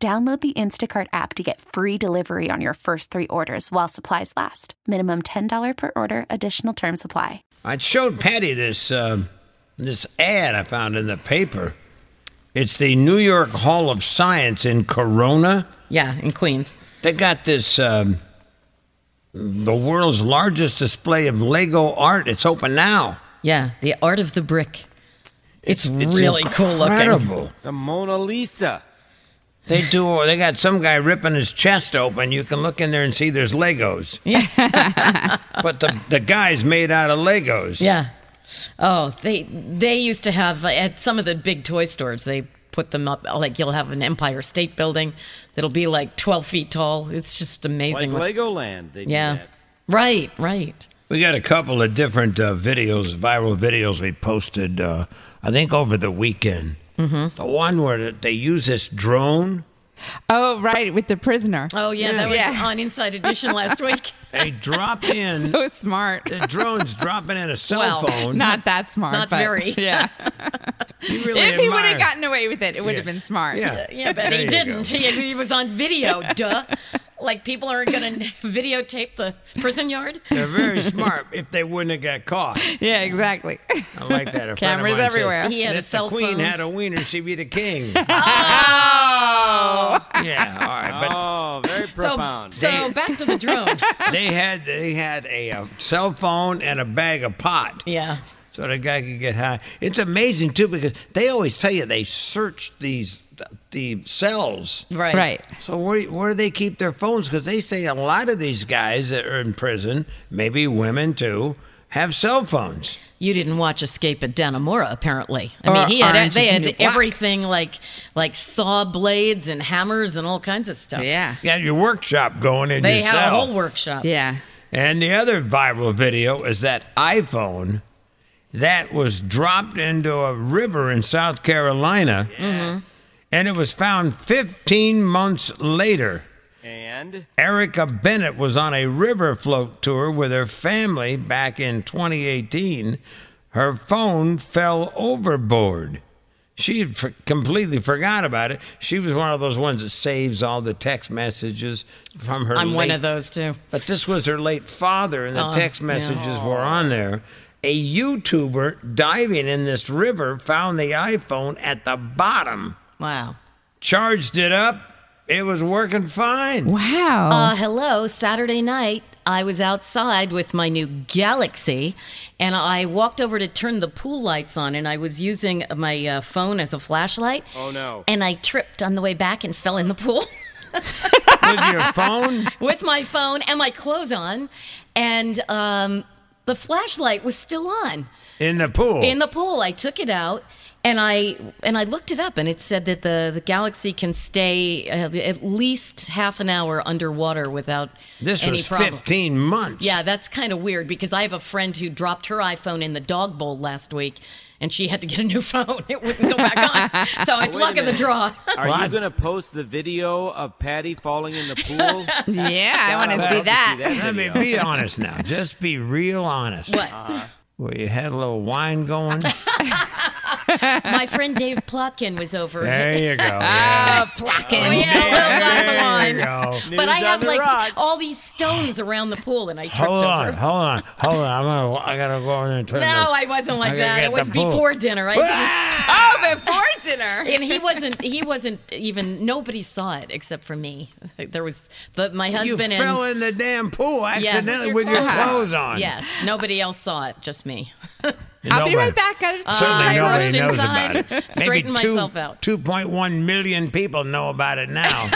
Download the Instacart app to get free delivery on your first three orders while supplies last. Minimum $10 per order, additional term supply. I showed Patty this uh, this ad I found in the paper. It's the New York Hall of Science in Corona. Yeah, in Queens. They got this um, the world's largest display of Lego art. It's open now. Yeah, the art of the brick. It's, really cool looking. Incredible. The Mona Lisa. They do. They got some guy ripping his chest open. You can look in there and see there's Legos. but the the guy's made out of Legos. Yeah. Oh, they they used to have at some of the big toy stores. They put them up like you'll have an Empire State Building that'll be like 12 feet tall. It's just Like amazing. what- Legoland. They do yeah. that. Right. Right. We got a couple of different uh, videos, viral videos we posted, uh, I think over the weekend. Mm-hmm. The one where th- they use this drone, Oh, right, with the prisoner. Oh yeah, that was Yeah. on Inside Edition last week. they drop in, So smart. the drone's dropping in a cell Well, phone. Not that smart. Not but- very. Yeah. You really if he would admire- have gotten away with it, it would have Yeah. been smart. Yeah, Yeah, but There he you didn't. go. He, he was on video. duh. Like people aren't going to videotape the prison yard. They're very smart if they wouldn't have got caught. Yeah, exactly. I like that. A friend of Cameras mine said, everywhere. He had a "If cell the queen phone. had a wiener, she'd be the king. Oh. yeah, all right. But Oh, very So, profound. so back to the drone. they had they had a, a cell phone and a bag of pot. yeah. so the guy could get high. It's amazing too because they always tell you they search these the cells. Right. Right. So where where do they keep their phones? Because they say a lot of these guys that are in prison, maybe women too, have cell phones. You didn't watch Escape at Danamora, apparently. I Or mean, he had e-, Orange they is the had New Black. everything like like saw blades and hammers and all kinds of stuff. Yeah. You got your workshop going in They your had a cell. whole workshop. Yeah. and the other viral video is that iPhone that was dropped into a river in South Carolina, and it was found 15 months later. Mhm. And Erica Bennett was on a river float tour with her family back in 2018. Her phone fell overboard. She had for- completely forgot about it. She was one of those ones that saves all the text messages from her. I'm one late- of those too. But this was her late father, and the Oh, text yeah. messages were on there. A YouTuber diving in this river found the iPhone at the bottom, Wow. charged it up. It was working fine. Wow. Uh, hello, Saturday night. I was outside with my new Galaxy and I walked over to turn the pool lights on and I was using my uh, phone as a flashlight. Oh, no. And I tripped on the way back and fell in the pool With your phone? with my phone and my clothes on and um, the flashlight was still on. In the pool. in the pool i took it out and i and i looked it up and it said that the the galaxy can stay uh, at least half an hour underwater without this any was problem 15 months. yeah that's kind of weird because i have a friend who dropped her iphone in the dog bowl last week and she had to get a new phone it wouldn't go back on so it's Wait a luck of the minute. draw are you going to post the video of Patty falling in the pool? yeah, I want to see that. I mean, be honest now. Just be real honest. What? Well, you had a little wine going. my friend dave plotkin was over There you go. Yeah. Oh, placking. we had Ah, a little glass of There wine you go. but i News on have the like rocks. all these stones around the pool and i tripped Hold over on, hold on, hold on. I'm gonna, I gotta go over there and turn. No, the- I wasn't like gotta that. get It was the pool. Ah! before dinner. I didn't, Oh, before dinner. and he wasn't. He wasn't even. Nobody saw it except for me. There was the my You husband fell and in the damn pool accidentally With with your clothes on. yes, nobody else saw it. Just me. And I'll be nobody- right back. Uh, Got to Uh, Certainly I nobody rushed knows about inside, it. Maybe straightened two- myself out. 2.1 million people know about it now.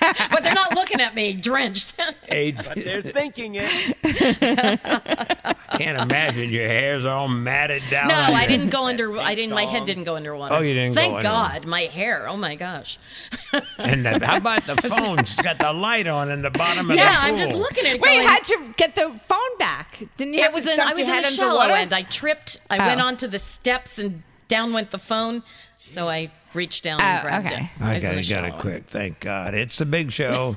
But but they're not looking at me drenched. Eight They're feet. thinking it. Can't imagine your hair's all matted down. no, on I you. didn't go under. I didn't. My head didn't go underwater. Oh, you didn't go Thank under. God. My hair. Oh my gosh. And the, how about the phone? She's got the light on in the bottom of the yeah, pool. I'm just looking at it. Wait, going- how'd you get the phone back? Didn't you? It have was to in. dump I was your in the head shallow underwater? end. I tripped. I went Oh. onto the steps and down went the phone. So I reached down Oh, and grabbed okay. it. I was in gotta the get it shallow. quick. Thank God. It's the big show.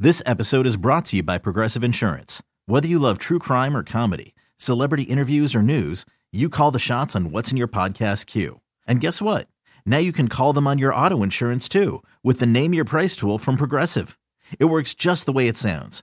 This episode is brought to you by Progressive Insurance. Whether you love true crime or comedy, celebrity interviews or news, you call the shots on what's in your podcast queue. And guess what? Now you can call them on your auto insurance too with the Name Your Price tool from Progressive. It works just the way it sounds.